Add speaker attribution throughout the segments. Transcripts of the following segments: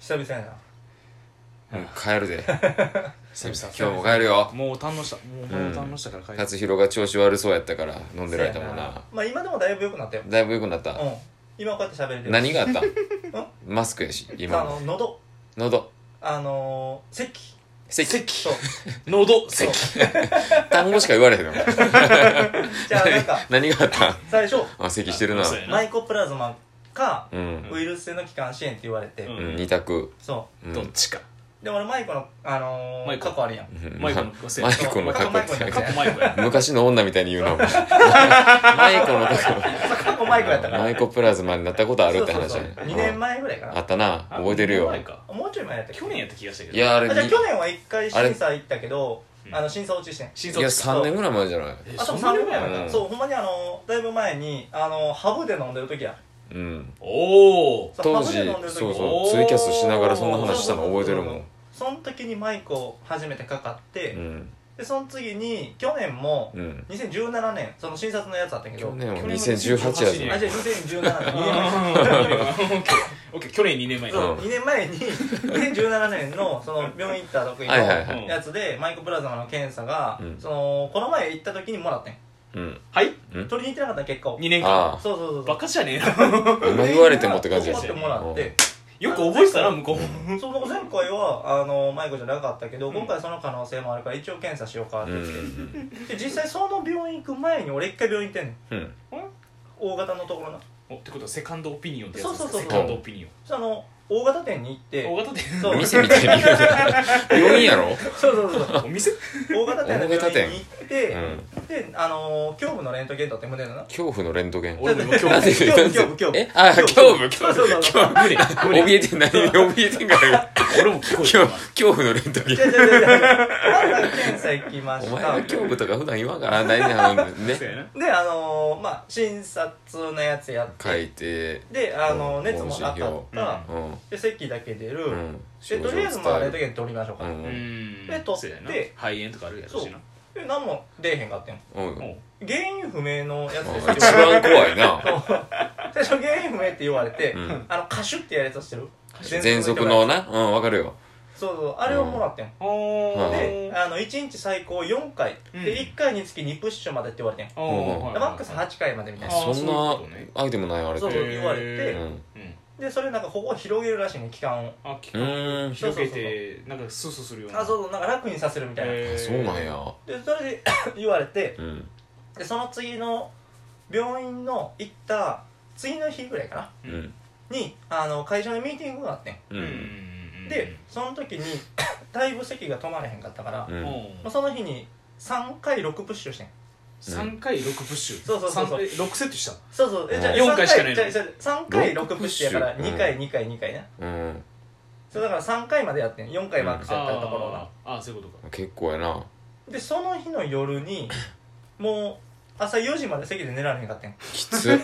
Speaker 1: 久々やな
Speaker 2: うん帰るで
Speaker 3: 久々
Speaker 2: 今日も帰るよ
Speaker 3: もう堪能したもう
Speaker 2: うん
Speaker 3: 堪能したから帰る
Speaker 2: 達弘が調子悪そうやったから飲んでられたもん
Speaker 1: せや
Speaker 2: な
Speaker 1: まあ今でもだいぶ良くなったよ
Speaker 2: だいぶ良くなっ
Speaker 1: う
Speaker 2: た
Speaker 1: ん今こうやって喋れてる
Speaker 2: 何があったマスクやし
Speaker 1: あ
Speaker 2: 今
Speaker 1: の喉
Speaker 2: 喉
Speaker 1: あのー、 咳
Speaker 2: 咳
Speaker 1: そう
Speaker 3: 喉
Speaker 1: そう
Speaker 2: 単語しか言われへんの
Speaker 1: じゃあなんか
Speaker 2: 何があった
Speaker 1: 最初
Speaker 2: あ咳してるな
Speaker 3: あそうや
Speaker 1: マイコプラズマか
Speaker 2: うん
Speaker 1: ウイルス性の気管支炎って言われて、
Speaker 3: うん
Speaker 2: うん二択
Speaker 1: そ
Speaker 2: うん
Speaker 3: どっちか
Speaker 1: うで俺マイコの、あの
Speaker 3: マ
Speaker 1: ー、
Speaker 3: イコ
Speaker 1: 過去あるやん
Speaker 2: うん
Speaker 3: マイコの
Speaker 2: ま
Speaker 3: せ
Speaker 2: マイコの過去っ
Speaker 1: そう
Speaker 2: て
Speaker 1: 過去
Speaker 3: マイコや
Speaker 2: 昔の女みたいに言うなお前マイコの過去
Speaker 1: そう過去マイコやったから
Speaker 2: マイコプラズマになったことあるって話
Speaker 1: そう
Speaker 2: や
Speaker 1: そう
Speaker 2: ね
Speaker 1: そう2年前ぐらいか
Speaker 2: あ
Speaker 1: な
Speaker 2: ったな覚えてる
Speaker 3: あ
Speaker 2: よ
Speaker 3: 前か
Speaker 1: もうちょい前やったっけ
Speaker 3: 去年やった気がしたけど
Speaker 2: いやあれ
Speaker 1: あじゃあ
Speaker 2: に
Speaker 1: 去年は1回
Speaker 2: あれ
Speaker 1: 審査行ったけど
Speaker 3: うん
Speaker 1: あの審査落ちしてん
Speaker 3: 新
Speaker 2: いや3年ぐらい前じゃない
Speaker 3: え
Speaker 1: あと
Speaker 3: そん
Speaker 1: 3
Speaker 3: なに
Speaker 1: 年ぐらい前か
Speaker 2: う
Speaker 1: なんそうほんまにあのだいぶ前にあのハブで飲んでる時や
Speaker 2: うん
Speaker 3: おお
Speaker 1: そう
Speaker 2: 当
Speaker 1: ハブ
Speaker 2: 時
Speaker 1: で飲んでる時
Speaker 2: そう
Speaker 3: お
Speaker 2: そ
Speaker 3: ー
Speaker 2: うツイキャスしながらそんな話したの覚えてるもん
Speaker 1: その時にマイコ初めてかかって、
Speaker 2: うん
Speaker 1: でその次に去年も
Speaker 2: うん
Speaker 1: 2017年その診察のやつあったんやけど
Speaker 2: 去年は
Speaker 3: 去年は
Speaker 2: 2018やぞ
Speaker 3: 2018
Speaker 1: あじゃあ2017年2年 前
Speaker 3: オッケー去年2年前
Speaker 1: そう
Speaker 2: うん
Speaker 1: 2年前に2017年のその病院行った時の
Speaker 2: はいはいはい
Speaker 1: やつでマイコプラズマの検査が、
Speaker 2: うん
Speaker 1: そのこの前行った時にもらってん
Speaker 2: うん
Speaker 3: はい
Speaker 1: 取りに行ってなかったの結果を
Speaker 3: 2年間
Speaker 2: あ
Speaker 1: そうそうそうそ
Speaker 3: バ
Speaker 1: う
Speaker 3: カじゃねえな
Speaker 2: あ今言われてもって感じや
Speaker 1: 思ってもらって
Speaker 3: よく覚えてたな向こ
Speaker 1: その前回はあのマイコじゃなかったけど、
Speaker 3: うん
Speaker 1: 今回その可能性もあるから一応検査しようかっ
Speaker 2: う
Speaker 1: て
Speaker 2: んう
Speaker 1: 言って、
Speaker 2: ん
Speaker 1: で実際その病院行く前に俺一回病院行ってんねん
Speaker 2: うんうん
Speaker 1: 大型のところな
Speaker 3: うおってことはセカンドオピニオンってやつです
Speaker 1: そうそうそう
Speaker 3: セカンドオピニオン
Speaker 1: その大型店に行って
Speaker 3: 大型店
Speaker 1: そう
Speaker 2: 店みたいに言うな病院やろ
Speaker 1: そうそうそう
Speaker 3: お店
Speaker 1: 大型店の病院に行って、
Speaker 2: うん
Speaker 1: であのー、胸部のレントゲンだって胸のな
Speaker 2: 恐怖のレントゲン
Speaker 3: 俺も今日
Speaker 2: なんで
Speaker 1: 胸部
Speaker 2: なんで
Speaker 1: 胸部胸部
Speaker 2: えあ恐
Speaker 1: そ
Speaker 2: 怖
Speaker 1: う
Speaker 2: 恐
Speaker 1: そう
Speaker 2: 怖
Speaker 1: そう
Speaker 2: 恐怖
Speaker 3: 無理無理
Speaker 2: 怯えてん何怯えて んから
Speaker 3: 俺も聞こえた
Speaker 2: 恐
Speaker 3: わ
Speaker 2: 恐怖のレントゲン
Speaker 1: じゃじゃじゃじゃまず検査行きま
Speaker 2: お
Speaker 1: し
Speaker 2: 前は
Speaker 1: た
Speaker 2: 恐怖とか普段言わ んからないねあの
Speaker 3: そうや
Speaker 2: ね
Speaker 3: な
Speaker 1: であのー、まあ診察のやつやって
Speaker 2: 書いて
Speaker 1: であのー、
Speaker 2: うん
Speaker 1: 熱も上がった、
Speaker 2: うん
Speaker 1: で席だけ出る、
Speaker 2: うん
Speaker 1: でとりあえずまあレントゲン取りましょうか、
Speaker 2: う
Speaker 3: うんん
Speaker 1: で取って
Speaker 3: そうやな肺炎とかあるやろしな
Speaker 1: で何も出えへんかってん
Speaker 2: うん
Speaker 3: おう
Speaker 1: 原因不明のやつ
Speaker 2: うん
Speaker 1: で
Speaker 2: 一
Speaker 1: す
Speaker 2: 番怖いな
Speaker 1: 最初原因不明って言われて、
Speaker 2: うん
Speaker 1: あの歌手ってやるやつしてる
Speaker 2: 喘息のなうんわかるよ
Speaker 1: そうそうあれをもらってん、
Speaker 3: お
Speaker 1: で
Speaker 3: ー
Speaker 1: あの1日最高4回、
Speaker 3: うん
Speaker 1: で1回につき2プッシュまでって言われてん、で
Speaker 3: おーはいはいはい
Speaker 1: マックス8回までみたいな
Speaker 3: あー
Speaker 2: そん
Speaker 3: そういう
Speaker 2: な
Speaker 3: ことね
Speaker 2: アイテムないあれっ
Speaker 1: そう
Speaker 2: て
Speaker 1: 言われて
Speaker 2: う
Speaker 3: へー
Speaker 2: ん
Speaker 3: うん
Speaker 1: でそれなんかここを広げるらしいね期間を
Speaker 3: あ聞
Speaker 2: う
Speaker 3: こ
Speaker 2: ーん
Speaker 3: 広げてなんかスースーするような
Speaker 1: あそうそうなんか楽にさせるみたいな、
Speaker 3: へー
Speaker 2: そうなんや
Speaker 1: でそれで 言われて
Speaker 2: うん
Speaker 1: でその次の病院の行った次の日ぐらいかな
Speaker 2: う
Speaker 3: うんん
Speaker 1: にあの会社のミーティングがあってん
Speaker 2: う
Speaker 3: うんうん
Speaker 2: ん
Speaker 3: うん
Speaker 1: でその時に だいぶ席が止まれへんかったから、
Speaker 2: う
Speaker 3: うん
Speaker 2: ん
Speaker 1: もうその日に3回6プッシュしてん
Speaker 3: 3回6プッシュ
Speaker 1: そうそうそうそう
Speaker 3: 3え6セットした
Speaker 1: そうそうえじゃあ
Speaker 3: うん
Speaker 1: 3
Speaker 3: 四回しかないの
Speaker 1: じゃあじゃあ3回6
Speaker 2: 六
Speaker 1: プ
Speaker 2: プ
Speaker 1: ッ
Speaker 2: ッ
Speaker 1: シ
Speaker 2: シ
Speaker 1: ュ
Speaker 2: ュ
Speaker 1: やから
Speaker 2: うん
Speaker 1: 2回2回2回ね
Speaker 2: うん
Speaker 1: そうだから3回までやってん4回マックスやったところが
Speaker 3: あーあーそういうことか
Speaker 2: 結構やな
Speaker 1: でその日の夜にもう朝4時まで席で寝られへんかったん
Speaker 2: きつ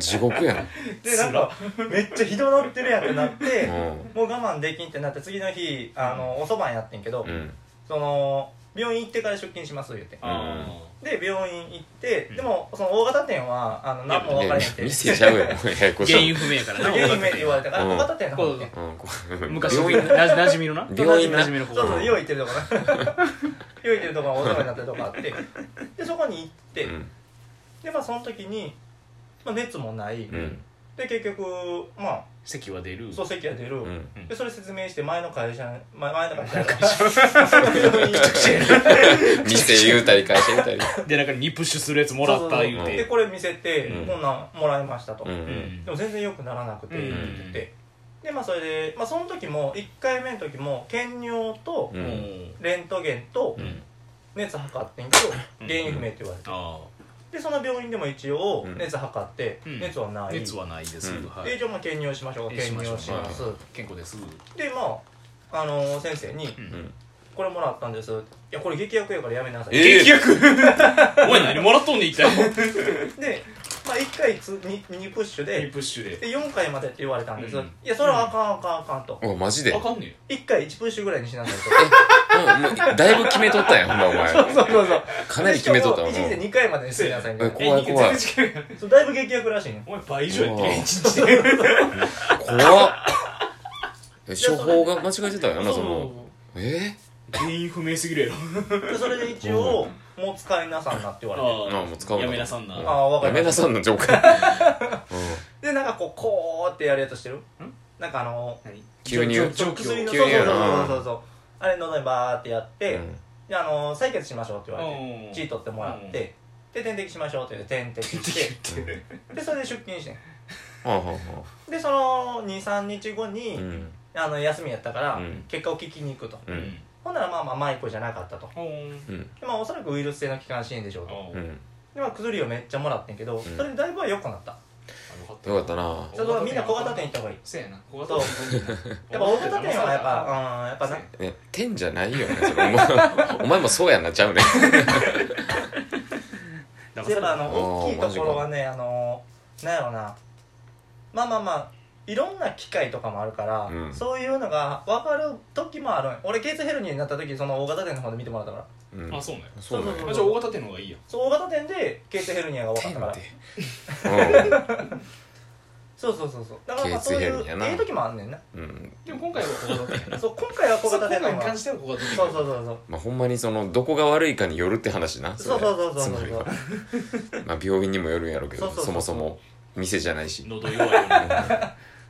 Speaker 2: 地獄やん
Speaker 1: でなんかめっちゃひどなってるやんってなって
Speaker 2: う
Speaker 1: もう我慢できんってなって次の日あのおそばんやってんけど、
Speaker 2: んうん
Speaker 1: その病院行ってから出勤します言うて
Speaker 3: あ
Speaker 1: で病院行って、
Speaker 3: うん
Speaker 1: でもその大型店はあの何も分かれへんって
Speaker 2: 店ちゃうやんもうややこ
Speaker 3: ー
Speaker 2: しい
Speaker 3: 原因不明やからな
Speaker 1: 原因名って言われたから
Speaker 2: うん
Speaker 1: 大型店の方にね
Speaker 2: うんこう
Speaker 3: 昔
Speaker 2: 病院
Speaker 3: ななじみのな
Speaker 2: 病院な
Speaker 3: なじみの
Speaker 1: そ
Speaker 3: 方
Speaker 1: うそう用意行ってるとこな 用意行ってるとこがお世話になってるとこあってでそこに行って、
Speaker 2: うん
Speaker 1: でまあその時に、まあ、熱もない、
Speaker 2: うん
Speaker 1: で結局まあ
Speaker 3: 席は出る
Speaker 1: そう席が出る、
Speaker 2: うん
Speaker 1: でそれ説明して前の会社前前の会社
Speaker 2: 店言うたり会社言うたり
Speaker 3: でなんか2プッシュするやつもらった言う
Speaker 1: で
Speaker 3: て
Speaker 1: これ見せて、
Speaker 2: うん
Speaker 1: こんなんもらいましたと、
Speaker 2: うんう
Speaker 3: うんん
Speaker 1: でも全然良くならなくて、
Speaker 3: うん
Speaker 1: って言ってでまあそれで、まあ、その時も1回目の時も検尿と
Speaker 2: うん
Speaker 1: レントゲンと
Speaker 2: うん
Speaker 1: 熱測ってんけど、
Speaker 3: うん
Speaker 1: 原因不明って言われて、
Speaker 3: あ
Speaker 1: でその病院でも一応
Speaker 2: うん
Speaker 1: 熱測って、
Speaker 3: うん
Speaker 1: 熱はな
Speaker 3: あ
Speaker 1: い
Speaker 3: 熱はないです
Speaker 2: うん
Speaker 3: は
Speaker 1: で
Speaker 3: い
Speaker 1: 一応まあ検尿しましょう
Speaker 3: えし
Speaker 1: 検
Speaker 3: ましょう
Speaker 1: 尿します、
Speaker 3: 健康です
Speaker 1: でまああのー先生に
Speaker 3: う
Speaker 2: うんん
Speaker 1: 「これもらったんです」いやこれ劇薬やからやめなさい」
Speaker 2: え
Speaker 3: 激 薬お前何もらっとんねん一体
Speaker 1: で、まあ、1回つ 2, 2プッシュ
Speaker 3: 2
Speaker 1: で
Speaker 3: プッシュ
Speaker 1: で
Speaker 3: で
Speaker 1: 4回までって言われたんです、
Speaker 3: うん
Speaker 1: いやそれはあかんあかんあかんと
Speaker 2: おマジで
Speaker 3: あ
Speaker 2: うんも
Speaker 3: かんねん
Speaker 1: 1回1プッシュぐらいにしなさい と
Speaker 2: うだいぶ決めとったやんほんなお前
Speaker 1: そうそうそう
Speaker 2: かなり決めとったわ
Speaker 1: 1日で2回までにしてなさいみたいな
Speaker 2: え怖い怖い
Speaker 3: え全然違うやん
Speaker 1: そうだいぶ劇薬らしいね
Speaker 3: お前倍以上やって
Speaker 2: うわ
Speaker 3: る一
Speaker 2: 怖っ
Speaker 3: 日で
Speaker 2: え処方が間違えてたよ
Speaker 1: そうそう
Speaker 2: なそのえ
Speaker 3: 原因不明すぎるやろ
Speaker 1: そうでそれで一応もう使いなさんなって言われて
Speaker 2: あもう使う
Speaker 3: やめなさんな
Speaker 2: う
Speaker 1: あわかり
Speaker 2: やめな
Speaker 1: ました
Speaker 2: さんのジョー カー
Speaker 1: でなんかこうこうってやるやつしてるんなんかあの
Speaker 3: 何
Speaker 2: 急に
Speaker 3: 状
Speaker 1: ちょ
Speaker 3: 況
Speaker 1: 薬の
Speaker 2: 急にや
Speaker 1: そ
Speaker 2: な
Speaker 1: うそうそうそうそうあれ喉にバーってやっ
Speaker 2: うん
Speaker 1: て、であの採血しましょうって言われて、
Speaker 3: うん
Speaker 1: 血取ってもらって、で点滴しましょうって言って点滴して
Speaker 2: うん
Speaker 1: でそれで出勤してん
Speaker 2: はあはあは
Speaker 1: でその23日後に、
Speaker 2: あうん
Speaker 1: あの休みやったから、
Speaker 2: うん
Speaker 1: 結果を聞きに行くと、
Speaker 2: う
Speaker 3: うんん
Speaker 1: ほんならまあまあマイコじゃなかったと
Speaker 3: うん
Speaker 2: うん
Speaker 1: でまあおそらくウイルス性の気管支炎でしょう
Speaker 3: あ
Speaker 1: と
Speaker 2: う
Speaker 3: ー
Speaker 2: ん
Speaker 1: でまあ薬をめっちゃもらってんけど、それでだいぶは良くなった
Speaker 2: よかったな
Speaker 1: それはみんな小型店行った方がいい
Speaker 3: そうやな小
Speaker 1: 型
Speaker 3: 型
Speaker 1: 店
Speaker 3: 店
Speaker 1: やっぱ大型店はやっぱうんやっぱな
Speaker 2: ね天じゃないよねそれお前 お前もそうやんなちゃうね
Speaker 1: そういえばあの
Speaker 2: あー
Speaker 1: 大きいところはねあのなんやろなまあまあまあいろんな機械とかもあるから、
Speaker 2: うん
Speaker 1: そういうのが分かる時もあるん俺ケーツヘルニーになった時その大型店の方で見てもらったから
Speaker 2: うん
Speaker 3: あそうなんや
Speaker 2: そうだよ
Speaker 3: あじゃあ大型店の方がいいや
Speaker 1: そう大型店でケーツヘルニアが分かったからそうそうそうそうだからまあ
Speaker 2: ケーツ
Speaker 1: そうい
Speaker 2: ヘ
Speaker 1: う
Speaker 2: ルニアな
Speaker 1: ええ時もあんねん な
Speaker 2: うんうん
Speaker 3: でも今回は小型店やな
Speaker 1: そう今回は小
Speaker 3: そう
Speaker 1: 型店の
Speaker 3: 今回
Speaker 1: 方
Speaker 3: に
Speaker 1: が
Speaker 3: 関しては小型店
Speaker 1: そうそうそうそう
Speaker 2: まあほんまにそのどこが悪いかによるって話な
Speaker 1: そう
Speaker 2: れ
Speaker 1: そうそうそうそう
Speaker 2: つまりはまあ病院にもよるんやろうけど
Speaker 1: そうそう
Speaker 2: そ
Speaker 1: そう
Speaker 2: もそも店じゃないし
Speaker 3: 喉弱いよね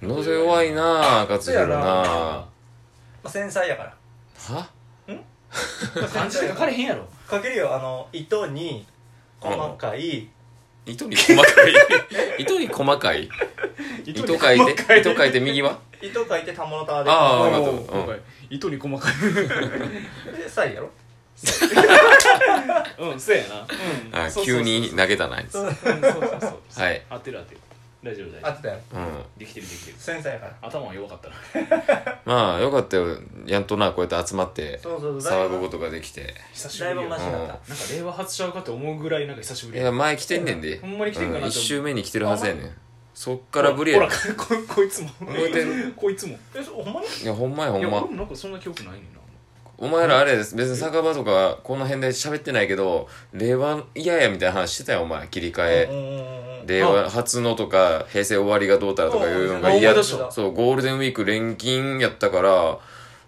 Speaker 2: 喉弱いなあ勝弘な
Speaker 3: あ
Speaker 2: は
Speaker 1: まあ、繊細やから
Speaker 3: ー漢字で書かれへんやろ
Speaker 1: かけるよあの糸に細かい
Speaker 2: 糸に細か い糸に細かい糸書いて糸書いて右は
Speaker 1: 糸書いてたものたわで
Speaker 2: あー
Speaker 3: もう今回糸に細かい
Speaker 1: でサイやろ
Speaker 3: うんそうやな
Speaker 2: あ
Speaker 3: そうそうそう
Speaker 2: 急に投げたなあいつ
Speaker 1: そう
Speaker 3: うんそうそうそう
Speaker 2: はい
Speaker 3: 当てる当てる大丈夫
Speaker 1: あ
Speaker 3: 大丈夫
Speaker 1: ってたよ
Speaker 2: うん
Speaker 3: できてるできてる
Speaker 1: 繊細やから
Speaker 3: 頭は弱かったな
Speaker 2: まあよかったよやんとなこうやって集まって
Speaker 1: そうそうそう
Speaker 2: 騒ぐことができて
Speaker 3: 久しぶ
Speaker 1: だい
Speaker 3: り
Speaker 1: ぶ
Speaker 3: よ
Speaker 1: マ
Speaker 3: なん
Speaker 1: シ
Speaker 3: か
Speaker 1: になった
Speaker 3: 令和初ちゃうかって思うぐらいなんか久しぶ
Speaker 2: い
Speaker 3: り
Speaker 2: や
Speaker 3: や
Speaker 2: 前来てんねんで
Speaker 3: ほんまに来てんかなと思う
Speaker 2: 1周目に来てるはずやねんそっからぶりや
Speaker 3: ほ
Speaker 2: ね
Speaker 3: らここいつも
Speaker 2: 覚えてる
Speaker 3: こいつも
Speaker 1: えそうほんまに
Speaker 2: んいやほんまやほ
Speaker 3: いや
Speaker 2: ん
Speaker 3: 俺
Speaker 2: ま
Speaker 3: もなんかそんな記憶ないね んな
Speaker 2: お前らあれ別に酒場とかこの辺で喋ってないけど令和嫌やみたいな話してたよお前切り替
Speaker 1: う
Speaker 2: え
Speaker 1: んうんうんうん
Speaker 2: 令和初のとか平成終わりがどうたらとかいうのが嫌
Speaker 3: あ思い出した
Speaker 2: そうゴールデンウィーク連勤やったから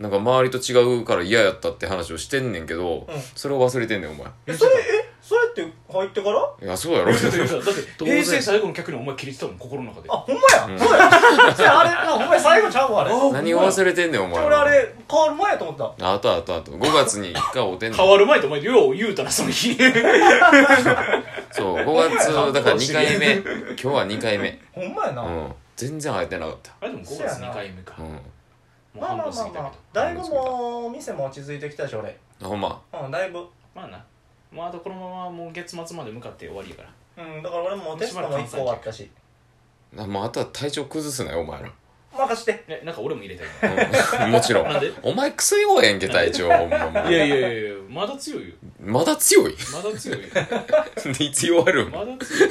Speaker 2: なんか周りと違うから嫌やったって話をしてんねんけど、
Speaker 1: うん
Speaker 2: それを忘れてんねんお前
Speaker 1: えそれえそれって入ってから
Speaker 2: いやそう やろ
Speaker 3: だってだって
Speaker 2: 当然
Speaker 3: 平成最後の客にお前切れてたもん心の中で
Speaker 1: あほんまやそうやそれあれあほんまや最後ちゃうわあれ
Speaker 3: あ
Speaker 2: 何を忘れてんねんお前
Speaker 1: 俺あれ変わる前やと思った
Speaker 2: あとあとあと5月に1回おてんねん
Speaker 3: 変わる前とお前よう言うたなその日い
Speaker 2: そう5月だから2回目今日は2回目
Speaker 1: ほんまやな、
Speaker 2: うん全然会えてなかった
Speaker 3: あでも5月2回目か
Speaker 2: う
Speaker 3: も
Speaker 2: ん
Speaker 3: う
Speaker 1: まあ
Speaker 3: 半
Speaker 1: まあま
Speaker 3: 分過
Speaker 1: あ
Speaker 3: ぎ
Speaker 1: まあ
Speaker 3: た
Speaker 1: だいぶもう店も落ち着いてきたし俺
Speaker 2: あほんま
Speaker 1: うんだいぶ
Speaker 3: けどまあなまああとこのままもう月末まで向かって終わりやから
Speaker 1: うんだから俺もテストも1個終わったし
Speaker 2: あまあ、あとは体調崩すなよお前ら
Speaker 1: 任して
Speaker 3: ねなんか俺も入れたよ
Speaker 2: うんもちろん
Speaker 3: なんで
Speaker 2: お前クソ弱いやんけ体調ほんまもう
Speaker 3: いやいやいやいやまだ強いよ
Speaker 2: まだ強い
Speaker 3: まだ強いよ
Speaker 2: でいつ弱るん
Speaker 3: まだ強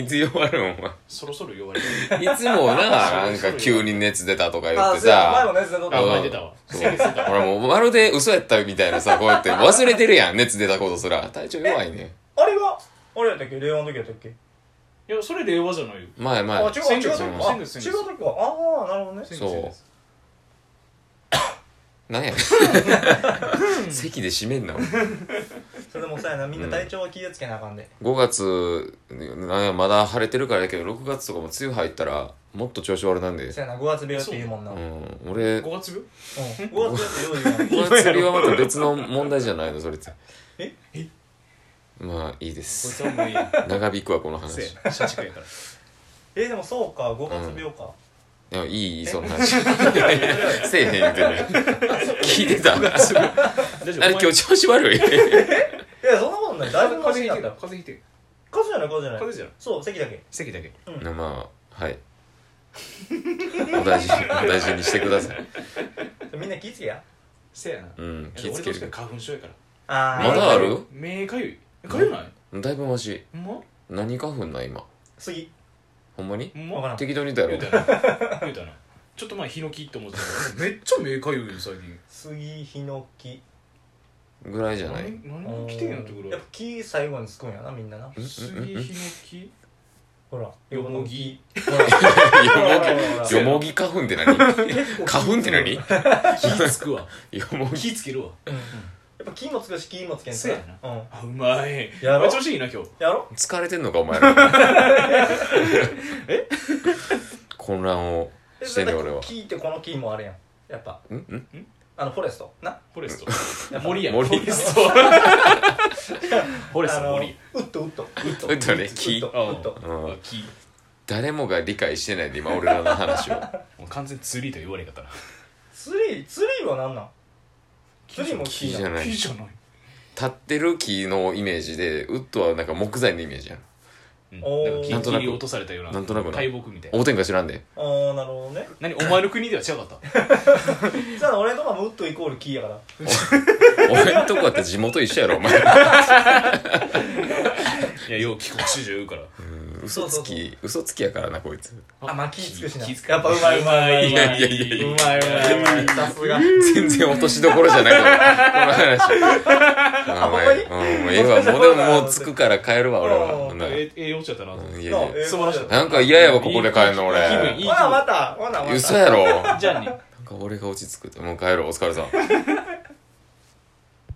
Speaker 3: い
Speaker 2: いつ弱るんお
Speaker 3: そろそろ弱り
Speaker 2: 前いつもななんか急に熱出たとか言っ
Speaker 1: あ
Speaker 2: て
Speaker 1: そうや前も
Speaker 2: さ
Speaker 1: ね全然
Speaker 2: う
Speaker 3: あ
Speaker 2: ん
Speaker 1: っ
Speaker 3: 前出たわ
Speaker 2: そう
Speaker 3: 先月出た
Speaker 2: ほらもうまるで嘘やったみたいなさこうやって忘れてるやん熱出たことすら体調弱いね
Speaker 1: たあれがあれやったっけ令和の時やったっけ
Speaker 3: いやそれ令和じゃないよ
Speaker 2: 前
Speaker 1: あ
Speaker 2: 前
Speaker 1: 違う違う
Speaker 3: 先
Speaker 1: 違うあ
Speaker 3: 月
Speaker 1: 違う
Speaker 3: 先月先
Speaker 1: 時
Speaker 3: 月
Speaker 1: かああなるほどね
Speaker 3: 先
Speaker 2: そう
Speaker 3: 先月
Speaker 2: なんや席で締めんな
Speaker 1: それでもさやなみんな体調は気をつけなあかんで
Speaker 2: 5月なんやまだ晴れてるからやけど6月とかも梅雨入ったらもっと調子悪なんで
Speaker 1: そやな五月病って言うもんな
Speaker 2: う
Speaker 1: うん
Speaker 2: ん俺
Speaker 3: 5月病
Speaker 1: 五月病ってよう言うもん
Speaker 2: これ釣りはまた別の問題じゃないのそれって
Speaker 1: え
Speaker 3: え
Speaker 2: まあいいで
Speaker 3: こい
Speaker 2: す
Speaker 3: つはもういい
Speaker 2: 長引くわこの話い
Speaker 3: せや社畜やから
Speaker 1: えでもそうか五月病か
Speaker 2: やいいいいその話せえへん言うてね聞いてたあ
Speaker 3: 大丈夫
Speaker 2: れ今日調子悪い
Speaker 1: いやそんなことないだいぶマ
Speaker 3: 風
Speaker 1: シ
Speaker 3: 邪ひい
Speaker 1: に
Speaker 3: て
Speaker 1: な
Speaker 3: る
Speaker 1: ったよ
Speaker 3: 風邪ひいてる
Speaker 1: 数じゃない数じゃな
Speaker 3: 風邪
Speaker 1: い
Speaker 3: じゃん
Speaker 1: そう席だけ
Speaker 3: 席だけ
Speaker 2: まあはいお大事にお大事にしてください
Speaker 1: みんな気ぃつけや
Speaker 3: せやな
Speaker 2: うん
Speaker 3: いや
Speaker 2: 気ぃつけ
Speaker 3: 俺確
Speaker 2: る
Speaker 3: かに花粉症やから
Speaker 1: あ
Speaker 2: まだある
Speaker 3: 目かゆいえかゆない
Speaker 2: だいぶマシ
Speaker 3: ほんま
Speaker 2: 何花粉なん今
Speaker 1: 次
Speaker 2: ほんまに
Speaker 3: ほん
Speaker 1: わか
Speaker 3: ま
Speaker 1: らん
Speaker 2: 適当にだ
Speaker 3: 言
Speaker 2: ろ
Speaker 3: うたな言うたなちょっと前ヒノキって思ってたからめっちゃ目かゆいよ最近
Speaker 1: 杉ヒノキ
Speaker 2: ぐらいじゃない
Speaker 3: 何何が来てんのってぐら
Speaker 1: や
Speaker 3: い
Speaker 1: っぱ木最後につくんやなみんなな
Speaker 3: 杉ヒノキ
Speaker 1: ほら
Speaker 3: よもぎ
Speaker 1: ほらほらほらほら
Speaker 2: よもぎ花粉って何花粉って何よ
Speaker 3: 火つくわ
Speaker 2: もぎ
Speaker 3: 火つけるわ
Speaker 1: うんやっぱ金もつくし金もつけんと
Speaker 3: そうやな
Speaker 1: うん
Speaker 3: あうまい
Speaker 1: やろ
Speaker 3: あ調子いいな今日
Speaker 1: やろ
Speaker 2: 疲れてんのかお前ら混乱を
Speaker 1: で
Speaker 2: してんね
Speaker 1: だって
Speaker 2: 俺は
Speaker 1: キーってこのキーもあれやんやっぱ
Speaker 2: んん
Speaker 1: あのフォレストな
Speaker 3: フォレスト森や
Speaker 2: 森
Speaker 3: フォレストフォレス
Speaker 1: あ
Speaker 3: ト
Speaker 1: のウ
Speaker 3: 森
Speaker 1: ッドウッドウッド
Speaker 2: ウッドねキ
Speaker 1: ウッ
Speaker 2: ー
Speaker 1: ドウッド
Speaker 2: うん
Speaker 3: あ木
Speaker 2: 誰もが理解してないで今俺らの話 を
Speaker 3: もう完全にツリーと言われ方な
Speaker 1: ツリーツリーは何なんツリーもキ
Speaker 2: 木
Speaker 1: ー
Speaker 2: じ
Speaker 1: な
Speaker 2: ゃ
Speaker 1: ん
Speaker 2: ない
Speaker 3: 木
Speaker 2: 立
Speaker 3: じゃない
Speaker 2: ってる木のイメージでウッドはなんか木材のイメージやん
Speaker 3: うん
Speaker 1: おー
Speaker 3: なんか切り落とされたような
Speaker 2: なんとなくな
Speaker 3: 大木みたいな
Speaker 2: 大天下知らんで
Speaker 1: あーなるほどね
Speaker 3: 何お前の国では違かった
Speaker 1: じゃあ俺のとこもウッドイコールキーやから
Speaker 2: お前んとこだって地元一緒やろお前
Speaker 3: いやよう帰国子女言うから
Speaker 2: うん嘘つき嘘つきやからなこいつ
Speaker 1: あまあ気ぃつくしな
Speaker 3: 気ぃつ
Speaker 1: やっぱうまいうまいうまいう
Speaker 3: まい
Speaker 2: いやいやいや
Speaker 1: うまいうまいうまいさすが
Speaker 2: 全然落としどころじゃないこの 話あお前
Speaker 1: ほん
Speaker 2: うんもうええわもうでももう着くから帰るわ俺は
Speaker 1: う
Speaker 2: うんん
Speaker 3: えええよっちゃったなと思って
Speaker 2: いやいや
Speaker 1: え
Speaker 3: 素晴らしかった
Speaker 2: なんか嫌やわここで帰るの俺
Speaker 3: いい気分いい気
Speaker 1: ほらま
Speaker 3: 分
Speaker 1: たほらまた
Speaker 2: 嘘やろ
Speaker 3: じゃあね
Speaker 2: なんか俺が落ち着くってもう帰ろうお疲れさん